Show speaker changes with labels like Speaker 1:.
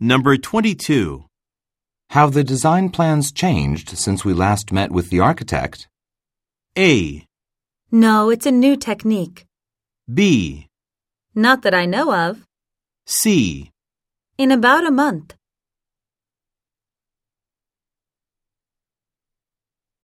Speaker 1: Number 22.
Speaker 2: Have the design plans changed since we last met with the architect?
Speaker 1: A.
Speaker 3: No, it's a new technique.
Speaker 1: B.
Speaker 3: Not that I know of.
Speaker 1: C.
Speaker 3: In about a month.